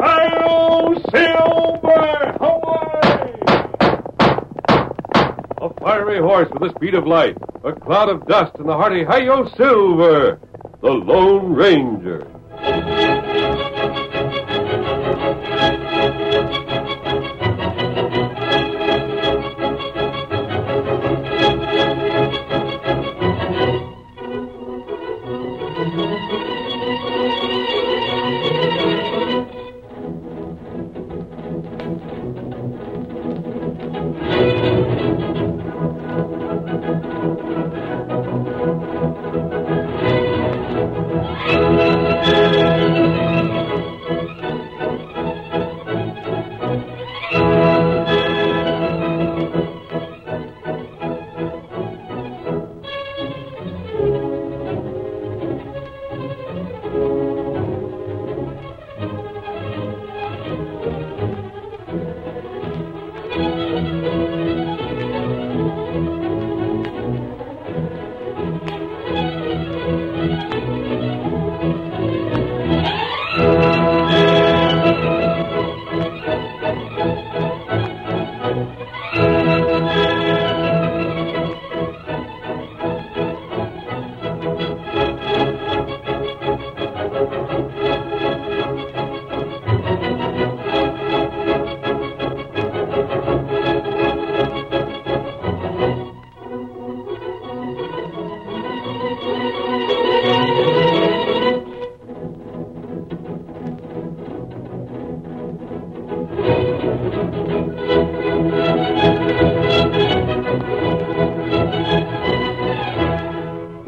Hail Silver! Away! A fiery horse with the speed of light, a cloud of dust, and the hearty Hail Silver! The Lone Ranger.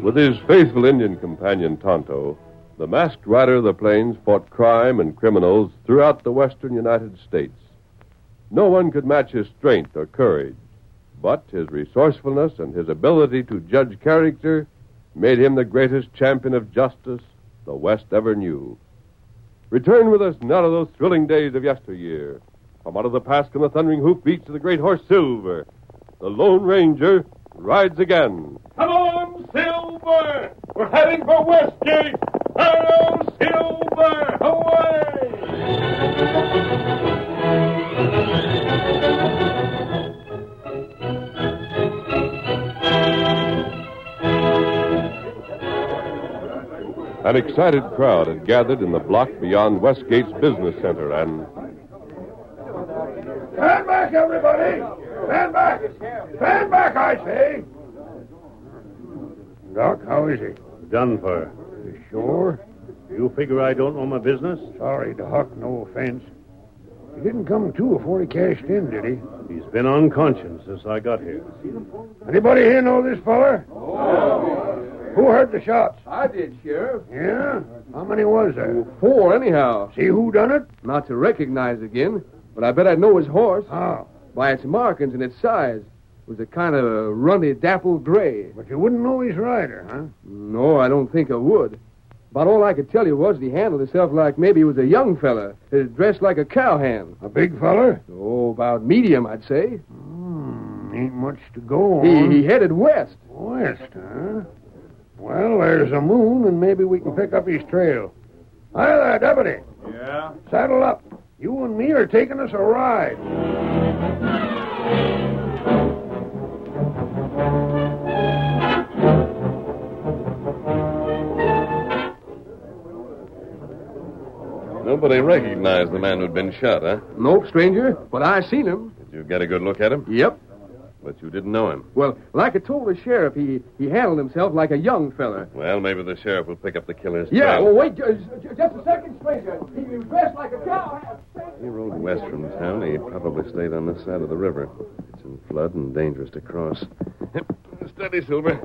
With his faithful Indian companion Tonto, the masked rider of the plains fought crime and criminals throughout the western United States. No one could match his strength or courage, but his resourcefulness and his ability to judge character made him the greatest champion of justice the West ever knew. Return with us now to those thrilling days of yesteryear. From out of the past come the thundering hoofbeats of the great horse Silver. The Lone Ranger rides again. Come on, Silver! We're heading for Westgate! Hello, Silver! Away! An excited crowd had gathered in the block beyond Westgate's business center, and Stand back, everybody! Stand back! Stand back, I say! Doc, how is he? Done for. You sure? You figure I don't know my business? Sorry, Doc, no offense. He didn't come to before he cashed in, did he? He's been unconscious since I got here. Anybody here know this feller? No. Who heard the shots? I did, Sheriff. Yeah? How many was there? Four, anyhow. See who done it? Not to recognize again, but I bet I know his horse Oh, by its markings and its size. It was a kind of a runny dapple gray. but you wouldn't know his rider, huh? No, I don't think I would. About all I could tell you was that he handled himself like maybe he was a young fella, uh, dressed like a cowhand. A big feller? Oh, about medium, I'd say. Hmm, ain't much to go He, on. he headed west. West, huh? Well, there's a moon, and maybe we can pick up his trail. Hi there, deputy. Yeah? Saddle up. You and me are taking us a ride. Nobody recognized the man who'd been shot, huh? Nope, stranger, but I seen him. Did you get a good look at him? Yep. But you didn't know him. Well, like I told the sheriff, he, he handled himself like a young fella. Well, maybe the sheriff will pick up the killer's Yeah, trail. well, wait, ju- ju- just a second, stranger. He was dressed like a cowhand. He rode west from town. He probably stayed on this side of the river. It's in flood and dangerous to cross. Yep. Steady, Silver.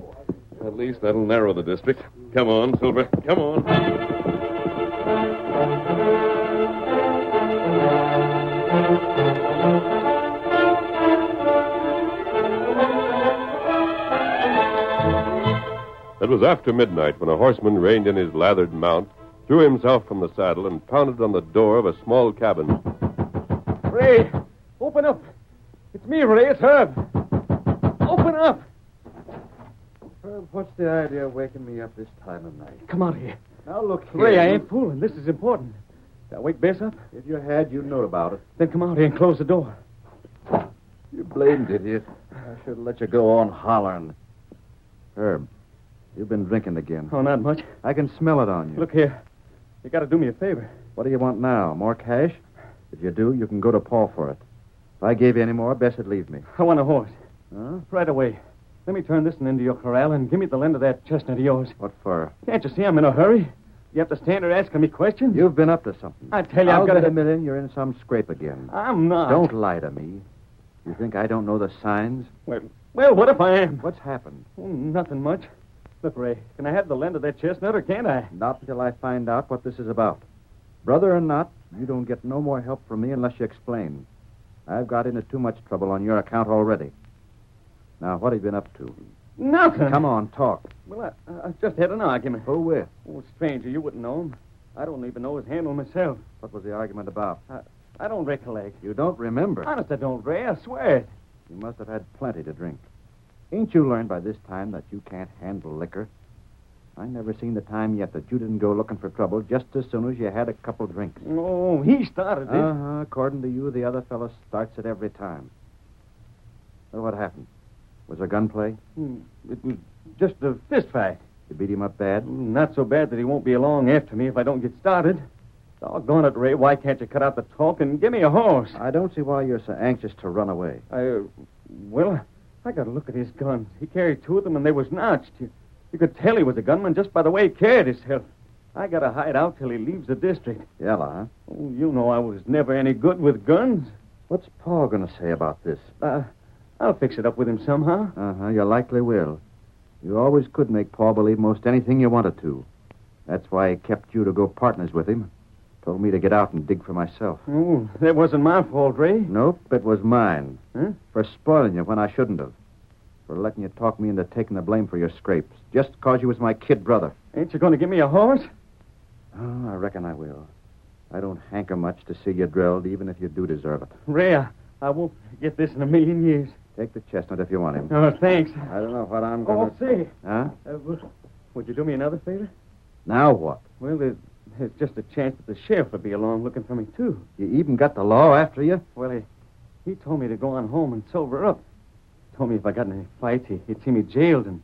At least that'll narrow the district. Come on, Silver. Come on. It was after midnight when a horseman reined in his lathered mount, threw himself from the saddle, and pounded on the door of a small cabin. Ray, open up. It's me, Ray. It's Herb. Open up. Well, Uh, what's the idea of waking me up this time of night? Come out here. Now look here. Ray, I you- ain't fooling. This is important. Did I wake Bess up? If you had, you'd know about it. Then come out here and close the door. You blamed idiot. I should have let you go on hollering. Herb, you've been drinking again. Oh, not much. I can smell it on you. Look here. You gotta do me a favor. What do you want now? More cash? If you do, you can go to Paul for it. If I gave you any more, Bess would leave me. I want a horse. Huh? Right away. Let me turn this one into your corral and give me the lend of that chestnut of yours. What for? Can't you see I'm in a hurry? You have to stand there asking me questions? You've been up to something. I tell you, I'll I've got Ah. bet a to... million you're in some scrape again. I'm not. Don't lie to me. You think I don't know the signs? Well, what if I am? What's happened? Oh, nothing much. Look, Ray, can I have the lend of that chestnut or can't I? Not till I find out what this is about. Brother or not, you don't get no more help from me unless you explain. I've got into too much trouble on your account already. Now, what have you been up to? Nothing. Come on, talk. Well, I, I just had an argument. Who with? Oh, stranger, you wouldn't know him. I don't even know his handle myself. What was the argument about? I don't recollect. You don't remember. Honest, I don't, Ray. I swear it. You must have had plenty to drink. Ain't you learned by this time that you can't handle liquor? I never seen the time yet that you didn't go looking for trouble just as soon as you had a couple drinks. Oh, he started it. Uh huh. According to you, the other fellow starts it every time. Well, what happened? Was there gunplay? Hmm, It was just a fist fight. You beat him up bad? Not so bad that he won't be along after me if I don't get started. Doggone it, Ray. Why can't you cut out the talk and give me a horse? I don't see why you're so anxious to run away. I, uh, well, I got to look at his guns. He carried two of them, and they was notched. You, you could tell he was a gunman just by the way he carried himself. I got to hide out till he leaves the district. Yella, huh? Oh, you know I was never any good with guns. What's Paul going to say about this? Uh, I'll fix it up with him somehow. Uh huh. You likely will. You always could make Paul believe most anything you wanted to. That's why he kept you to go partners with him. Told me to get out and dig for myself. Oh, that wasn't my fault, Ray. Nope, it was mine. Huh? For spoiling you when I shouldn't have. For letting you talk me into taking the blame for your scrapes. Just because you was my kid brother. Ain't you going to give me a horse? Oh, I reckon I will. I don't hanker much to see you drilled, even if you do deserve it. Ray, I, I won't forget this in a million years. Take the chestnut if you want him. Oh, thanks. I don't know what I'm Oh, going to... say, Huh? uh, w- would you do me another favor? Now what? Well, there's, there's just a chance that the sheriff will be along looking for me, too. You even got the law after you? Well, he, he told me to go on home and sober up. Told me if I got in any fights, he, he'd see me jailed, and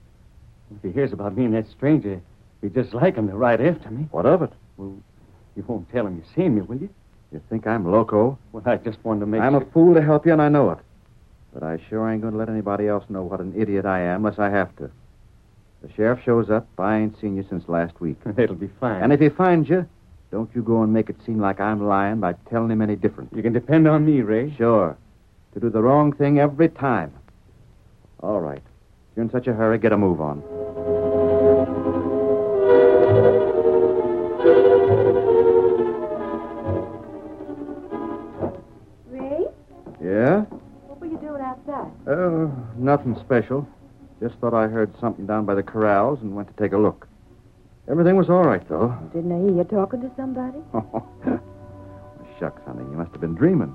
if he hears about me and that stranger, he'd just like him to ride after me. What of it? You won't tell him you seen me, will you? You think I'm loco? Well, I just wanted to make I'm sure. a fool to help you, and I know it. But I sure ain't going to let anybody else know what an idiot I am unless I have to. The sheriff shows up. I ain't seen you since last week. It'll be fine. And if he finds you, don't you go and make it seem like I'm lying by telling him any different. you can depend on me, Ray. Sure. To do the wrong thing every time. All right. If you're in such a hurry, get a move on. Ray, Yeah? what were you doing outside? Oh, nothing special. Just thought I heard something down by the corrals and went to take a look. Everything was all right, though. Didn't I hear you talking to somebody? Oh, Shucks, honey, you must have been dreaming.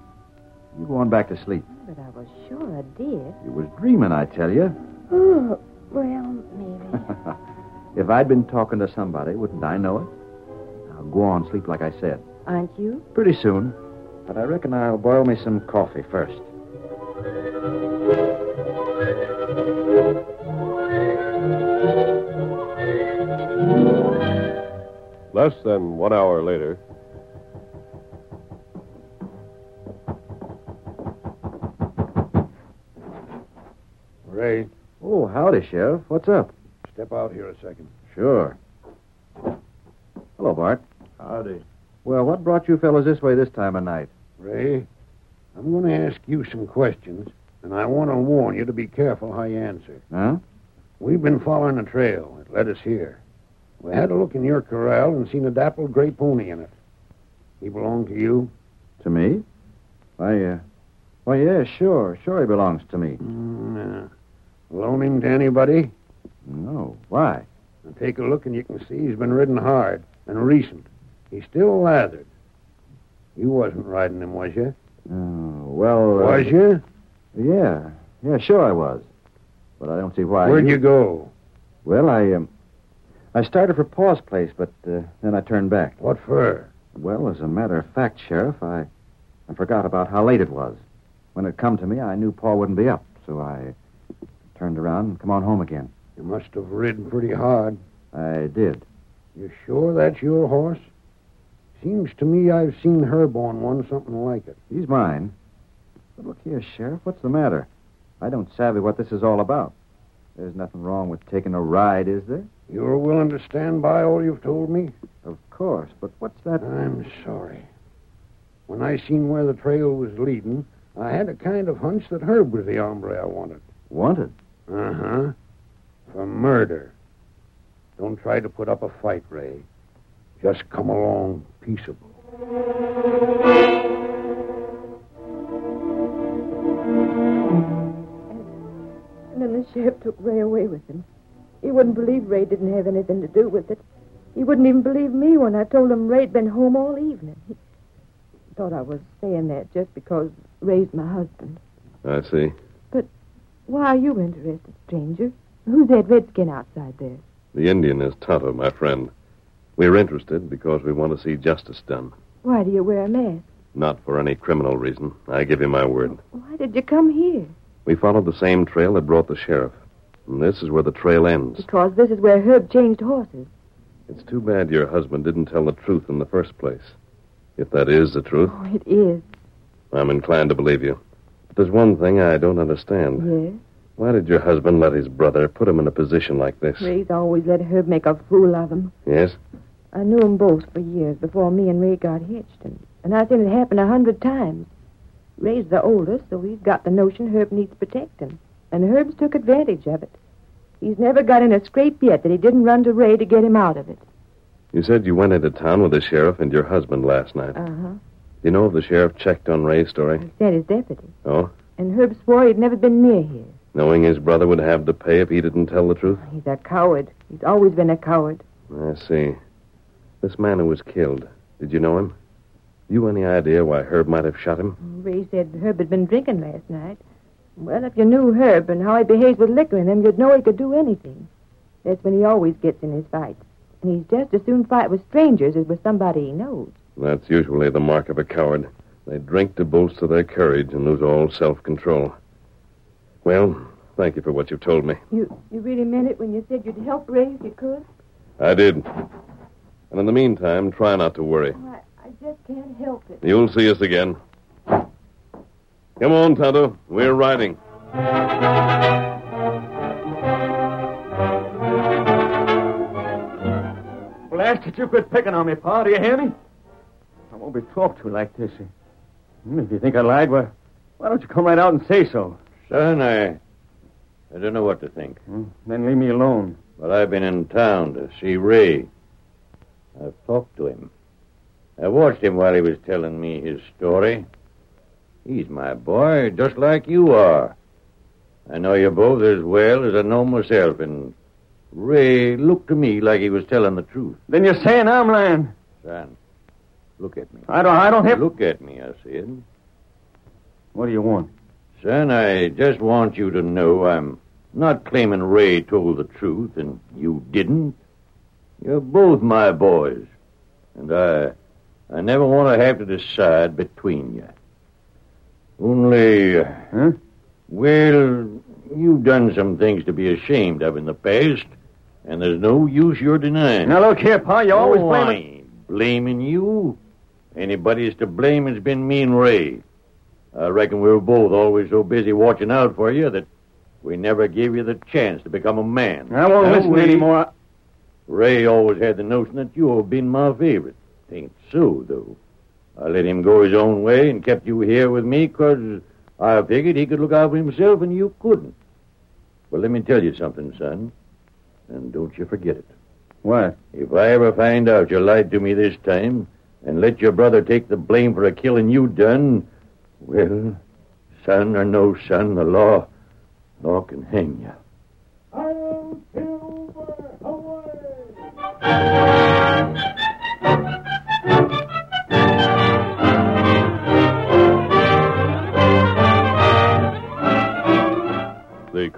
You go on back to sleep. But I was sure I did. You was dreaming, I tell you. Oh, well, maybe. if I'd been talking to somebody, wouldn't I know it? Now go on, sleep like I said. Aren't you? Pretty soon. But I reckon I'll boil me some coffee first. Less than one hour later, Ray, Oh, howdy, Sheriff. What's up? step out here a second. Sure. Hello, Bart. Howdy. Well, what brought you fellas this way this time of night? Ray, I'm going to ask you some questions, and I want to warn you to be careful how you answer. Huh? We've been following a trail. It led us here. We had a look in your corral and seen a dappled gray pony in it. He belonged to you? To me? Why, uh. Why, yeah, sure. Sure, he belongs to me. Mm, no. Loan him to anybody? No. Why? Take a look and you can see he's been ridden hard and recent. He's still lathered. You wasn't riding him, was you? Oh, well. uh, Was you? Yeah. Yeah, sure I was. But I don't see why. Where'd you go? Well, I, um, I started for Paul's place, but uh, then I turned back. What for? Well, as a matter of fact, Sheriff, I, I forgot about how late it was. When it come to me, I knew Paul wouldn't be up, so I turned around and come on home again. You must have ridden pretty hard. I did. You sure that's your horse? Seems to me I've seen Herb on one something like it. He's mine. But look here, Sheriff, what's the matter? I don't savvy what this is all about. There's nothing wrong with taking a ride, is there? You're willing to stand by all you've told me? Of course, but what's that? I'm sorry. When I seen where the trail was leading, I had a kind of hunch that Herb was the hombre I wanted. Wanted. Uh huh. For murder. Don't try to put up a fight, Ray. Just come along peaceable. And then the sheriff took Ray away with him. He wouldn't believe Ray didn't have anything to do with it. He wouldn't even believe me when I told him Ray'd been home all evening. He thought I was saying that just because Ray's my husband. I see. Why are you interested, stranger? Who's that redskin outside there? The Indian is Tonto, my friend. We're interested because we want to see justice done. Why do you wear a mask? Not for any criminal reason. I give you my word. Why did you come here? We followed the same trail that brought the sheriff. And this is where the trail ends. Because this is where Herb changed horses. It's too bad your husband didn't tell the truth in the first place. If that is the truth, Oh, it is. I'm inclined to believe you. But there's one thing I don't understand. Yes. Why did your husband let his brother put him in a position like this? Ray's always let Herb make a fool of him. Yes? I knew 'em both for years before me and Ray got hitched, and, and I've seen it happen a hundred times. Ray's the oldest, so he's got the notion Herb needs protecting, and Herb's took advantage of it. He's never got in a scrape yet that he didn't run to Ray to get him out of it. You said you went into town with the sheriff and your husband last night. Uh huh. Do you know if the sheriff checked on Ray's story, He said his deputy. Oh? And Herb swore he'd never been near here. knowing his brother would have to pay if he didn't tell the truth? He's a coward. He's always been a coward. I see. This man who was killed, did you know him? You any idea why Herb might have shot him? Ray said Herb had been drinking last night. Well, if you knew Herb and how he behaves with liquor in him, you'd know he could do anything. That's when he always gets in his fights. And he's just as soon fight with strangers as with somebody he knows. That's usually the mark of a coward. They drink to bolster their courage and lose all self control. Well, thank you for what you've told me. You you really meant it when you said you'd help Ray if you could? I did. And in the meantime, try not to worry. I, I just can't help it. You'll see us again. Come on, Tonto. We're riding. Blast it, you quit picking on me, Pa. Do you hear me? I won't be talked to like this. Hmm, If you think I lied, why, why don't you come right out and say so? Son, I, I don't know what to think. Hmm, Then leave me alone. But I've been in town to see Ray. I've talked to him. I watched him while he was telling me his story. He's my boy, just like you are. I know you both as well as I know myself, and Ray looked to me like he was telling the truth, Then you're saying I'm lying. son. Look at me. I don't. I don't have. Look at me, I said. What do you want? Son, I just want you to know I'm not claiming Ray told the truth and you didn't. You're both my boys, and I I never want to have to decide between you. Only, uh, Huh? well, you've done some things to be ashamed of in the past, and there's no use your denying. Now look here, Pa. You always Oh, blame I it. ain't blaming you. Anybody's to blame has been me and Ray. I reckon we were both always so busy watching out for you that we never gave you the chance to become a man. I won't No listen way. anymore. Ray always had the notion that you have been my favorite. Ain't so, though. I let him go his own way and kept you here with me 'cause I figured he could look out for himself and you couldn't. Well, let me tell you something, son, and don't you forget it. What? If I ever find out you lied to me this time and let your brother take the blame for a killing you done, well, son or no son, the law, law can hang you. Iron Silver away!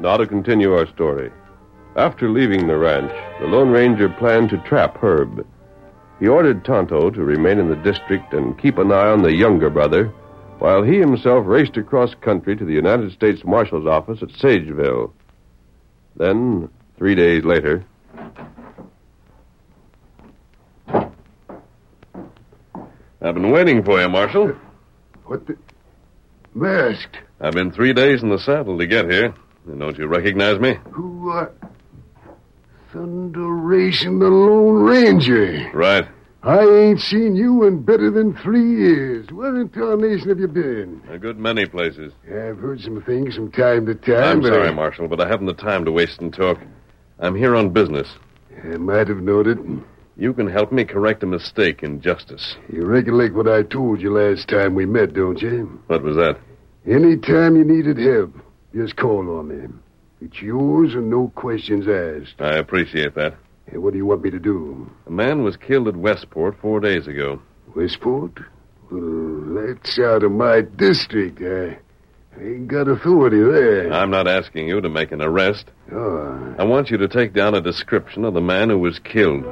Now to continue our story. After leaving the ranch, the Lone Ranger planned to trap Herb. He ordered Tonto to remain in the district and keep an eye on the younger brother, while he himself raced across country to the United States Marshal's office at Sageville. Then, three days later, I've been waiting for you, Marshal. What the... Masked. I've been three days in the saddle to get here. Don't you recognize me? Who are... Thunderation uh, the Lone Ranger. Right. I ain't seen you in better than three years. Where in tarnation have you been? A good many places. I've heard some things from time to time. I'm but sorry, Marshal, but I haven't the time to waste and talk. I'm here on business. I might have noted. You can help me correct a mistake in justice. You recollect what I told you last time we met, don't you? What was that? Any time you needed help, just call on me. It's yours and no questions asked. I appreciate that. And what do you want me to do? A man was killed at Westport four days ago. Westport? Well, that's out of my district. I I ain't got authority there. I'm not asking you to make an arrest. Oh, I want you to take down a description of the man who was killed.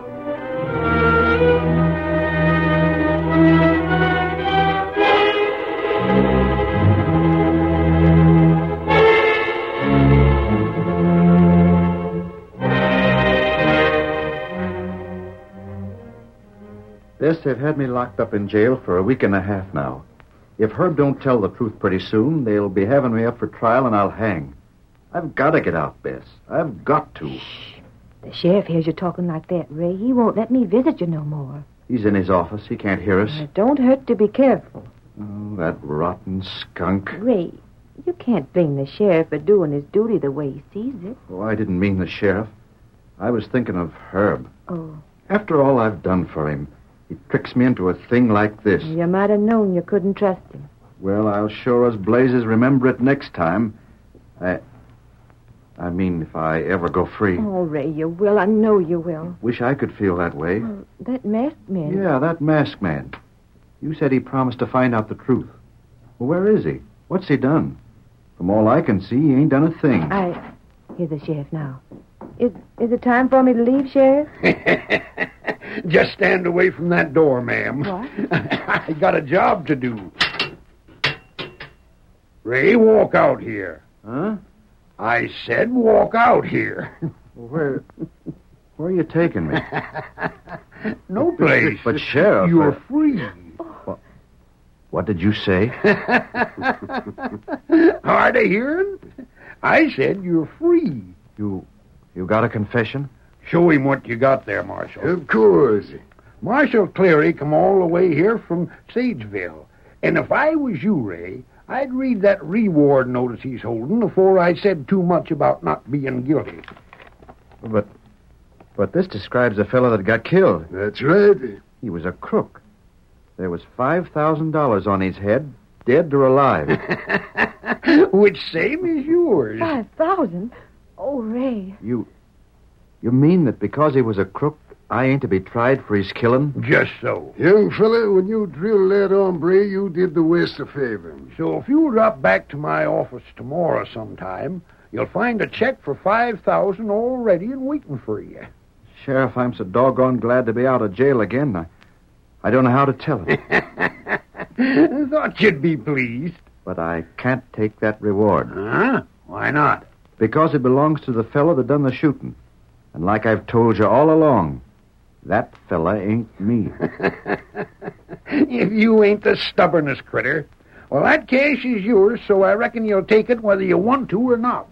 This have had me locked up in jail for a week and a half now. If Herb don't tell the truth pretty soon, they'll be having me up for trial and I'll hang. I've got to get out, Bess. I've got to. The sheriff hears you talking like that, Ray. He won't let me visit you no more. He's in his office. He can't hear us. Now, don't hurt to be careful. Oh, that rotten skunk. Ray, you can't blame the sheriff for doing his duty the way he sees it. Oh, I didn't mean the sheriff. I was thinking of Herb. Oh, After all I've done for him, he tricks me into a thing like this. you might have known you couldn't trust him. Well, I'll sure as blazes remember it next time. I. I mean, if I ever go free. Oh, Ray, you will. I know you will. Wish I could feel that way. Oh, that masked man. Yeah, that masked man. You said he promised to find out the truth. Well, where is he? What's he done? From all I can see, he ain't done a thing. I hear the sheriff now. Is is it time for me to leave, sheriff? Just stand away from that door, ma'am. What? I got a job to do. Ray, walk out here. Huh? I said walk out here. Where. Where are you taking me? No place. But, Sheriff, You're uh, free. What did you say? Hard of hearing? I said you're free. You. You got a confession? Show him what you got there, Marshal. of course. Marshal Cleary come all the way here from Sageville. And if I was you, Ray, I'd read that reward notice he's holding before I said too much about not being guilty. But. But this describes a fellow that got killed. That's right. He was a crook. There was $5,000 on his head, dead or alive. Which same as yours. Five thousand? Oh, Ray. you. You mean that because he was a crook, I ain't to be tried for his killing? Just so. Young fella, when you drilled that hombre, you did the West a favor. So if you drop back to my office tomorrow sometime, you'll find a check for 5000 already and waiting for you. Sheriff, I'm so doggone glad to be out of jail again. I, I don't know how to tell it, Thought you'd be pleased. but I can't take that reward Huh? Why not? because it belongs to the fellow that done the shooting. And like I've told you all along, that fella ain't me. if you ain't the stubbornest critter. Well, that cash is yours, so I reckon you'll take it whether you want to or not.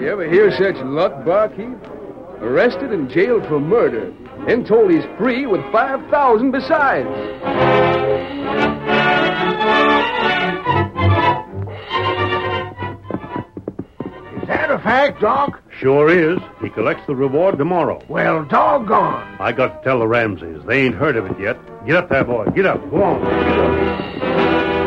You ever hear such luck, barkeep? Arrested and jailed for murder, then told he's free with five thousand besides. Is that a fact, Doc? Sure is. He collects the reward tomorrow. Well, doggone. I got to tell the Ramses. They ain't heard of it yet. Get up there, boy. Get up. Go on. Get up.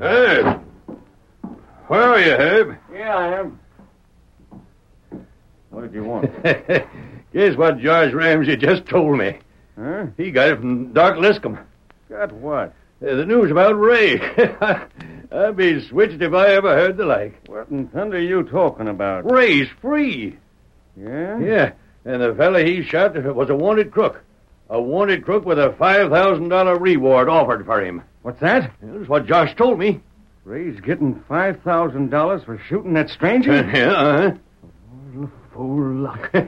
Herb! Where are you, Herb? Yeah, I am. What did you want? Guess what George Ramsey just told me. huh? He got it from Doc Liscomb. Got what? Uh, The news about Ray. I'd be switched if I ever heard the like. What in thunder are you talking about? Ray's free. Yeah? Yeah, and the fella he shot was a wanted crook. A wanted crook with a $5,000 reward offered for him. What's that? That's what Josh told me. Ray's getting $5,000 for shooting that stranger? Yeah, uh-huh. Fool luck. huh?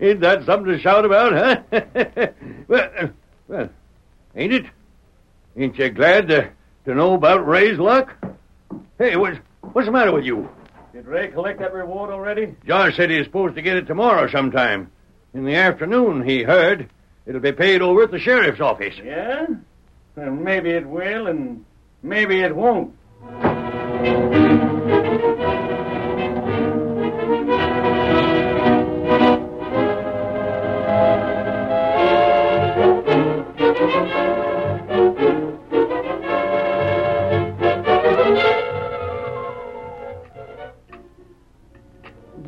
ain't that something to shout about, huh? well, uh, well, ain't it? Ain't you glad to, to know about Ray's luck? Hey, what's, what's the matter with you? Did Ray collect that reward already? Josh said he's supposed to get it tomorrow sometime. In the afternoon, he heard. It'll be paid over at the sheriff's office. Yeah? Well, maybe it will, and maybe it won't.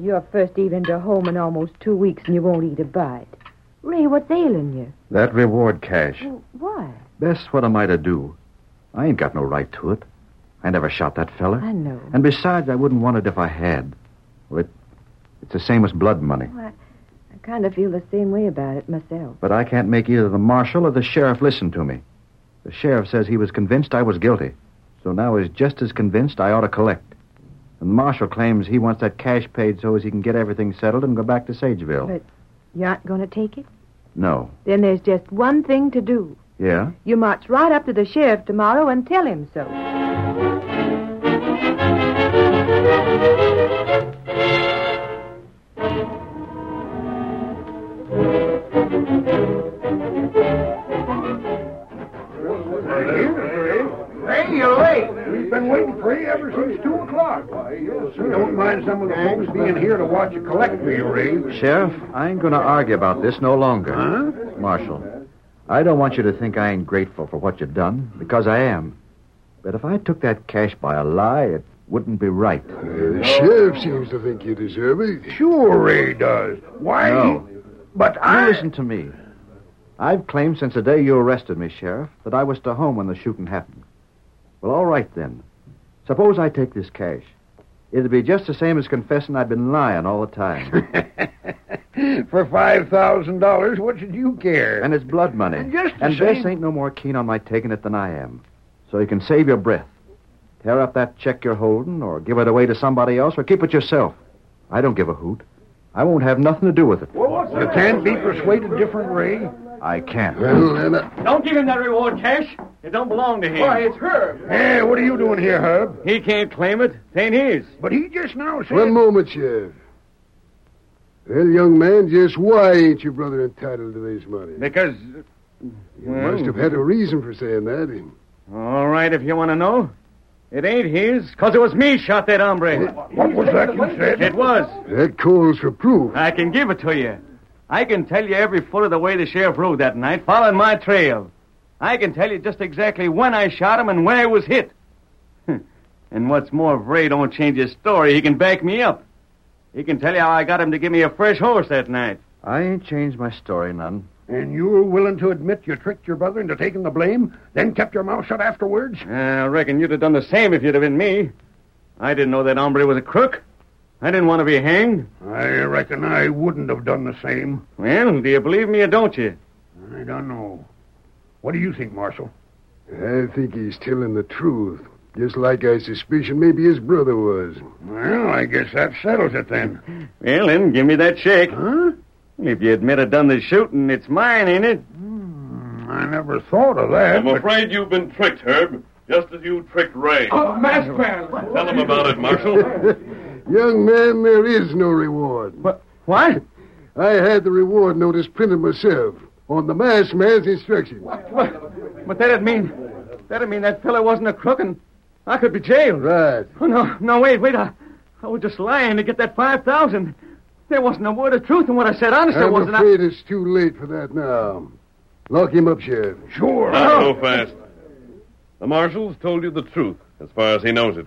You're first evening to home in almost two weeks, and you won't eat a bite. Ray, what's ailing you? that reward cash. Well, why? Bess, what am I to do? I ain't got no right to it. I never shot that fella. I know. And besides, I wouldn't want it if I had. Well, it, it's the same as blood money. I kind of feel the same way about it myself. But I can't make either the marshal or the sheriff listen to me. The sheriff says he was convinced I was guilty. So now he's just as convinced I ought to collect. And the marshal claims he wants that cash paid so as he can get everything settled and go back to Sageville. But- You aren't going to take it? No. Then there's just one thing to do. Yeah? You march right up to the sheriff tomorrow and tell him so. Hey, you're late. We've been waiting for you ever since 2 o'clock. Don't mind some of the folks being here to watch you collect me, Ray. Sheriff, I ain't going to argue about this no longer. Huh? Marshal, I don't want you to think I ain't grateful for what you've done, because I am. But if I took that cash by a lie, it wouldn't be right. Uh, the sheriff seems to think you deserve it. Sure, Ray does. Why? No. But You I. listen to me. I've claimed since the day you arrested me, Sheriff, that I was to home when the shooting happened. Well, all right then. Suppose I take this cash. It'd be just the same as confessing I'd been lying all the time. for $5,000, what should you care? and it's blood money. And just the and same- Bess ain't no more keen on my taking it than I am. So you can save your breath. Tear up that check you're holding, or give it away to somebody else, or keep it yourself. I don't give a hoot. I won't have nothing to do with it. You can't be persuaded different, Ray. I can't. Well, then, I... Don't give him that reward, Cash. It don't belong to him. Why, it's her. Hey, what are you doing here, Herb? He can't claim it. It ain't his. But he just now said. one moment, Sheriff. Well, young man, just why ain't your brother entitled to this money? Because. You must have had a reason for saying that. All right, if you want to know. It ain't his, because it was me shot that hombre. What was that you said? It was. That calls for proof. I can give it to you. I can tell you every foot of the way the sheriff rode that night, following my trail. I can tell you just exactly when I shot him and where I was hit. and what's more, if Ray don't change his story, he can back me up. He can tell you how I got him to give me a fresh horse that night. I ain't changed my story none. And you were willing to admit you tricked your brother into taking the blame, then kept your mouth shut afterwards? Uh, I reckon you'd have done the same if you'd have been me. I didn't know that hombre was a crook. I didn't want to be hanged. I reckon I wouldn't have done the same. Well, do you believe me or don't you? I don't know. What do you think, Marshal? I think he's telling the truth, just like I suspicion maybe his brother was. Well, I guess that settles it then. Well, then, give me that check. Huh? If you admit I done the shooting, it's mine, ain't it? Hmm, I never thought of that. I'm afraid you've been tricked, Herb, just as you tricked Ray. Oh, Masked Man! Tell him about it, Marshal. Young man, there is no reward. What? What? I had the reward notice printed myself on the masked man's instructions. But that'd mean that'd mean that fellow wasn't a crook and I could be jailed. Right. Oh no, no, wait, wait. I, I was just lying to get that five thousand. There wasn't a word of truth in what I said. Honest, there I'm wasn't. I- afraid it's too late for that now. Lock him up, Sheriff. Sure. Not Oh. so fast. The marshal's told you the truth, as far as he knows it.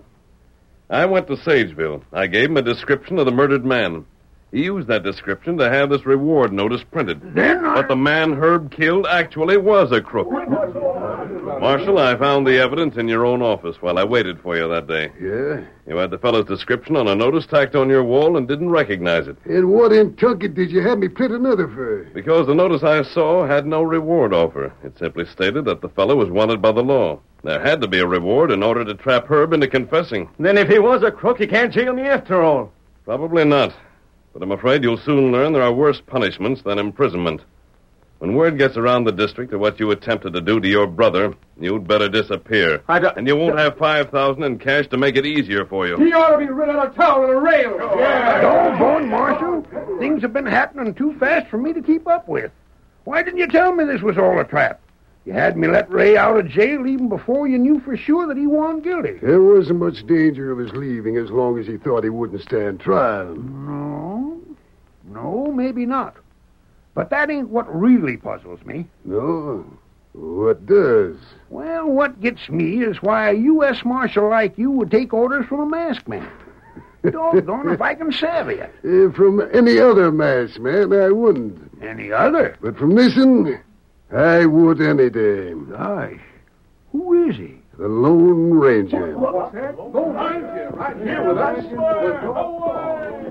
I went to Sageville. I gave him a description of the murdered man. He used that description to have this reward notice printed. Then But the man Herb killed actually was a crook. Marshal, I found the evidence in your own office while I waited for you that day. Yeah? You had the fellow's description on a notice tacked on your wall and didn't recognize it. And what in Tucket did you have me print another for? Because the notice I saw had no reward offer. It simply stated that the fellow was wanted by the law. There had to be a reward in order to trap Herb into confessing. Then if he was a crook, he can't jail me after all. Probably not. But I'm afraid you'll soon learn there are worse punishments than imprisonment. When word gets around the district of what you attempted to do to your brother, you'd better disappear. I don't... And you won't have 5000 in cash to make it easier for you. He ought to be rid out of town on a rail. Doggone, Marshal. Things have been happening too fast for me to keep up with. Why didn't you tell me this was all a trap? You had me let Ray out of jail even before you knew for sure that he wasn't guilty. There wasn't much danger of his leaving as long as he thought he wouldn't stand trial. No. No, maybe not. But that ain't what really puzzles me. No. What does? Well, what gets me is why a U.S. Marshal like you would take orders from a masked man. Doggone if I can savvy it. Eh, from any other masked man, I wouldn't. Any other? But from this one, I would any day. Gosh. Who is he? The Lone Ranger. What's that? Go right here, right here with Oh, us.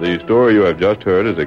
The story you have just heard is a